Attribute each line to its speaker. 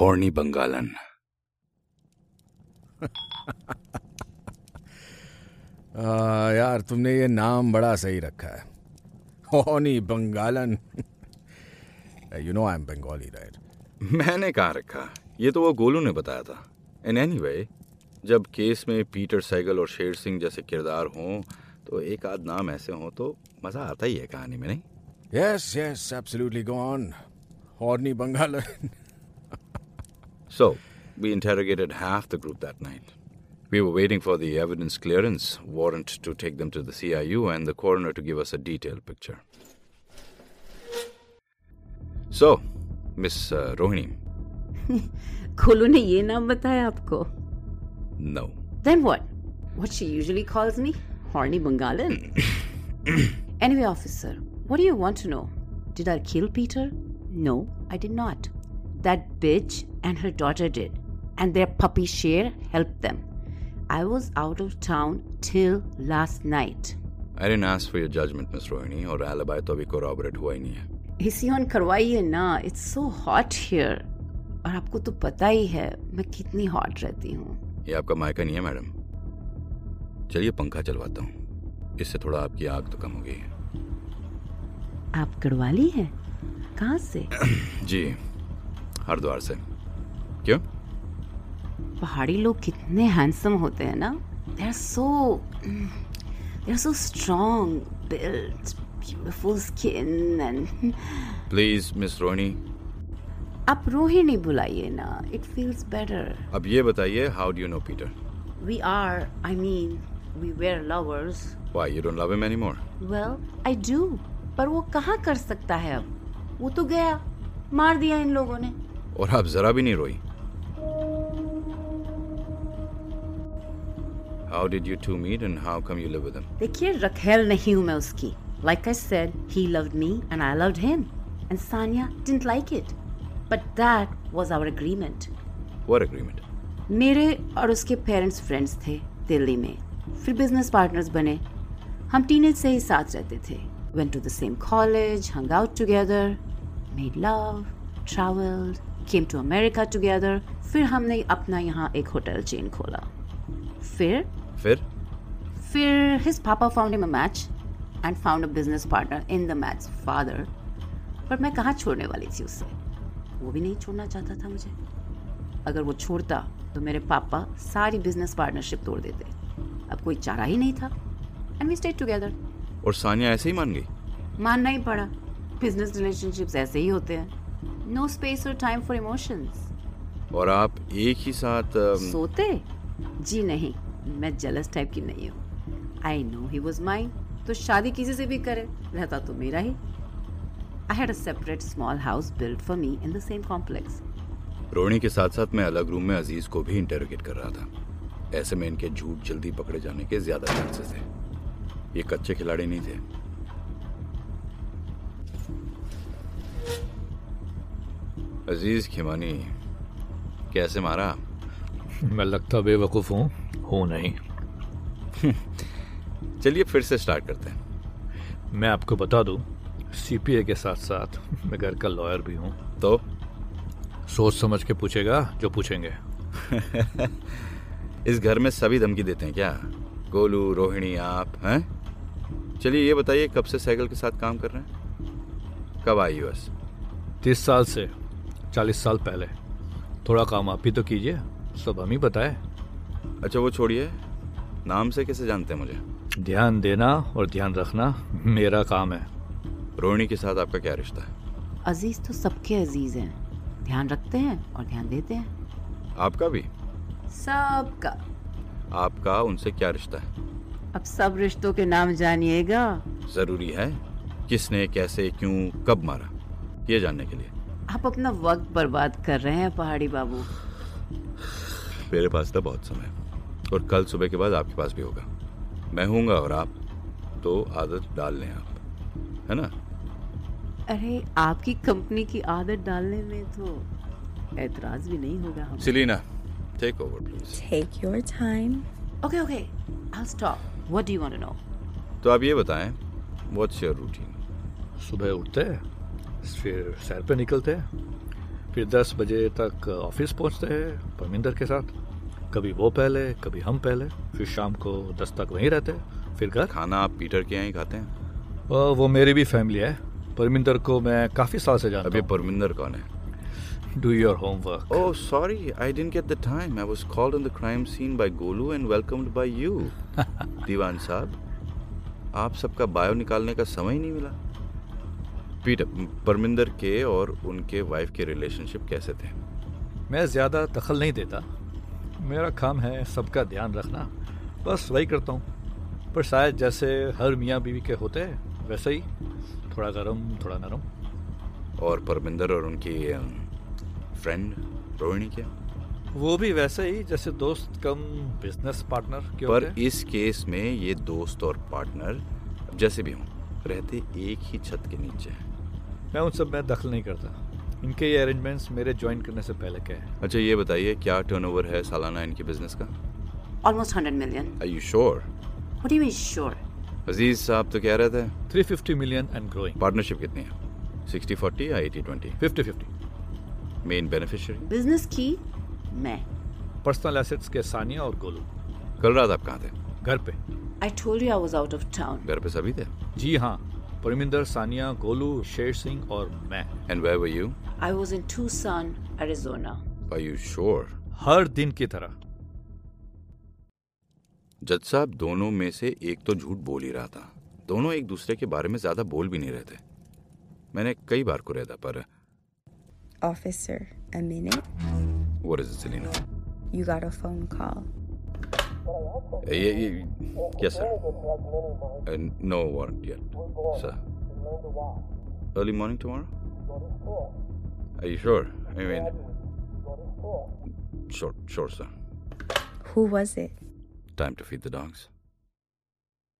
Speaker 1: Horny बंगालन
Speaker 2: आ, यार तुमने ये नाम बड़ा सही रखा है हॉनी बंगालन you know I am Bengali right
Speaker 1: मैंने कहाँ रखा ये तो वो गोलू ने बताया था एंड एनी जब केस में पीटर सैगल और शेर सिंह जैसे किरदार हों तो एक आध नाम ऐसे हों तो मज़ा आता ही है कहानी में नहीं
Speaker 2: yes yes absolutely go on horny बंगालन
Speaker 1: So, we interrogated half the group that night. We were waiting for the evidence clearance warrant to take them to the CIU and the coroner to give us a detailed picture. So, Miss uh, Rohini,
Speaker 3: Golu ने ये नाम बताया आपको
Speaker 1: no.
Speaker 3: Then what? What she usually calls me? Horny Bungalan. anyway, officer, what do you want to know? Did I kill Peter? No, I did not. That bitch and her daughter did, and their puppy share helped them. I was out of town till last night.
Speaker 1: I didn't ask for your judgment, Miss Rohini, or alibi to abhi corroborate हुआ ही नहीं है.
Speaker 3: इसी on करवाइए ना it's so hot here और आपको तो पता ही है मैं कितनी हॉट रहती हूँ
Speaker 1: ये आपका मायका नहीं है मैडम चलिए पंखा चलवाता हूँ इससे थोड़ा आपकी आग तो कम हो गई है
Speaker 3: आप करवा ली है कहाँ से
Speaker 1: जी हरिद्वार से क्यों
Speaker 3: पहाड़ी लोग कितने हैंडसम होते हैं ना they are so they are so strong build beautiful skin and
Speaker 1: please miss Rohini
Speaker 3: आप रोहिणी बुलाइए ना इट फील्स बेटर
Speaker 1: अब ये बताइए how do you know Peter
Speaker 3: we are I mean we were lovers
Speaker 1: Why you don't love him anymore?
Speaker 3: Well I do पर वो कहाँ कर सकता है अब वो तो गया मार दिया इन लोगों ने
Speaker 1: और आप जरा भी नहीं रोई How did you two meet and how come you live with him?
Speaker 3: देखिए रखेल नहीं हूं मैं उसकी like I said he loved me and I loved him and Sania didn't like it but that was our agreement
Speaker 1: What agreement?
Speaker 3: मेरे और उसके parents friends थे दिल्ली में फिर बिजनेस पार्टनर्स बने हम टीनेज से ही साथ रहते थे went to the same college hung out together made love travelled came to America together फिर हमने अपना यहाँ एक होटल चेन खोला फिर
Speaker 1: फिर
Speaker 3: Fear his papa found him a match and found a business partner in the match's father. पर मैं कहाँ छोड़ने वाली थी उससे वो भी नहीं छोड़ना चाहता था मुझे अगर वो छोड़ता तो मेरे पापा सारी बिजनेस पार्टनरशिप तोड़ देते अब कोई चारा ही नहीं था एंड वी स्टेड टुगेदर
Speaker 1: और सानिया ऐसे ही मान गई
Speaker 3: मानना ही पड़ा बिजनेस रिलेशनशिप्स ऐसे ही होते हैं नो स्पेस और टाइम फॉर इमोशंस
Speaker 1: और आप एक ही साथ um,
Speaker 3: सोते जी नहीं मैं jealous टाइप की नहीं हूँ I know he was mine तो शादी किसी से भी करे रहता तो मेरा ही I had a separate small house build for me in the same complex
Speaker 1: Rohini के साथ साथ मैं अलग रूम में अजीज को भी इंटरोगेट कर रहा था ऐसे में इनके झूठ जल्दी पकड़े जाने के ज्यादा चांसेस थे ये कच्चे खिलाड़ी नहीं थे अजीज खिमानी कैसे मारा
Speaker 4: मैं लगता बेवकूफ़ हूँ हूँ नहीं
Speaker 1: चलिए फिर से स्टार्ट करते हैं
Speaker 4: मैं आपको बता दूँ सीपीए के साथ साथ मैं घर का लॉयर भी हूँ
Speaker 1: तो
Speaker 4: सोच समझ के पूछेगा जो पूछेंगे
Speaker 1: इस घर में सभी धमकी देते हैं क्या गोलू रोहिणी आप हैं चलिए ये बताइए कब से साइकिल के साथ काम कर रहे हैं कब आई यूएस
Speaker 4: तीस साल से चालीस साल पहले थोड़ा काम आप ही तो कीजिए सब हम ही बताए
Speaker 1: अच्छा वो छोड़िए नाम से कैसे जानते हैं मुझे
Speaker 4: ध्यान देना और ध्यान रखना मेरा काम है
Speaker 1: रोहिणी के साथ आपका क्या रिश्ता है
Speaker 3: अजीज तो सबके अजीज हैं ध्यान रखते हैं और ध्यान देते हैं
Speaker 1: आपका भी
Speaker 3: सबका
Speaker 1: आपका उनसे क्या रिश्ता है
Speaker 3: अब सब रिश्तों के नाम जानिएगा
Speaker 1: जरूरी है किसने कैसे क्यों कब मारा ये जानने के लिए
Speaker 3: आप अपना वक्त बर्बाद कर रहे हैं पहाड़ी बाबू
Speaker 1: मेरे पास था बहुत समय है। और कल सुबह के बाद आपके पास भी होगा मैं हूँगा और आप तो आदत डाल लें आप है ना
Speaker 3: अरे आपकी कंपनी की आदत डालने में तो ऐतराज भी नहीं होगा हम
Speaker 1: Selina take over please
Speaker 5: Take your time.
Speaker 3: Okay, okay. I'll stop. What do you want to know?
Speaker 1: तो आप ये बताएं व्हाट्स योर रूटीन
Speaker 4: सुबह उठते फिर सैर पे निकलते फिर 10 बजे तक ऑफिस पहुंचते हैं परमिंदर के साथ कभी वो पहले कभी हम पहले फिर शाम को 10 तक वहीं रहते हैं फिर घर
Speaker 1: खाना आप पीटर के यहाँ ही खाते हैं
Speaker 4: अ, वो मेरी भी फैमिली है परमिंदर को मैं काफ़ी साल से जानता
Speaker 1: अभी
Speaker 4: हूँ
Speaker 1: परमिंदर कौन है
Speaker 4: do your homework
Speaker 1: Oh, sorry, I didn't get the time. I was called on the crime scene by Golu and welcomed by you, Diwan साहब आप सबका बायो निकालने का समय ही नहीं मिला पीटर परमिंदर के और उनके वाइफ के रिलेशनशिप कैसे थे
Speaker 4: मैं ज़्यादा दखल नहीं देता मेरा काम है सबका ध्यान रखना बस वही करता हूँ पर शायद जैसे हर मियाँ बीवी के होते हैं वैसे ही थोड़ा गर्म थोड़ा नरम
Speaker 1: और परमिंदर और उनकी फ्रेंड रोहिणी क्या
Speaker 4: वो भी वैसे ही जैसे दोस्त कम बिजनेस पार्टनर के
Speaker 1: पर
Speaker 4: होते हैं।
Speaker 1: इस केस में ये दोस्त और पार्टनर जैसे भी हों रहते एक ही छत के नीचे हैं
Speaker 4: मैं उन सब में दखल नहीं करता इनके ये अरेंजमेंट्स मेरे ज्वाइन करने से पहले के हैं
Speaker 1: अच्छा ये बताइए क्या टर्नओवर है सालाना इनके बिजनेस का
Speaker 3: Almost 100 million.
Speaker 1: Are you sure
Speaker 3: What do you mean, sure?
Speaker 1: Aziz साहब तो कह रहे थे
Speaker 4: three fifty million and growing
Speaker 1: partnership कितनी है सिक्सटी फोर्टी या eighty twenty
Speaker 4: fifty fifty
Speaker 1: main beneficiary
Speaker 3: Business key? Meh.
Speaker 4: Personal assets के सानिया और गोलू
Speaker 1: कल रात आप कहाँ थे
Speaker 4: घर पे
Speaker 3: I told you I was out of town.
Speaker 1: घर पे सभी थे
Speaker 4: जी हाँ परमिंदर सानिया गोलू शेर सिंह और मैं
Speaker 1: and where were you
Speaker 3: I was in Tucson, Arizona.
Speaker 1: Are you sure
Speaker 4: हर दिन की तरह
Speaker 1: जज साहब दोनों में से एक तो झूठ बोल ही रहा था दोनों एक दूसरे के बारे में ज्यादा बोल भी नहीं रहे थे मैंने कई बार कुरेदा पर
Speaker 5: Officer, a minute.
Speaker 1: वो रजीना
Speaker 5: You got a phone call.
Speaker 1: ये ये yes sir Uh, no warrant yet sir early morning tomorrow are you sure I mean sure sure sir
Speaker 5: Who was it?
Speaker 1: Time to feed the dogs.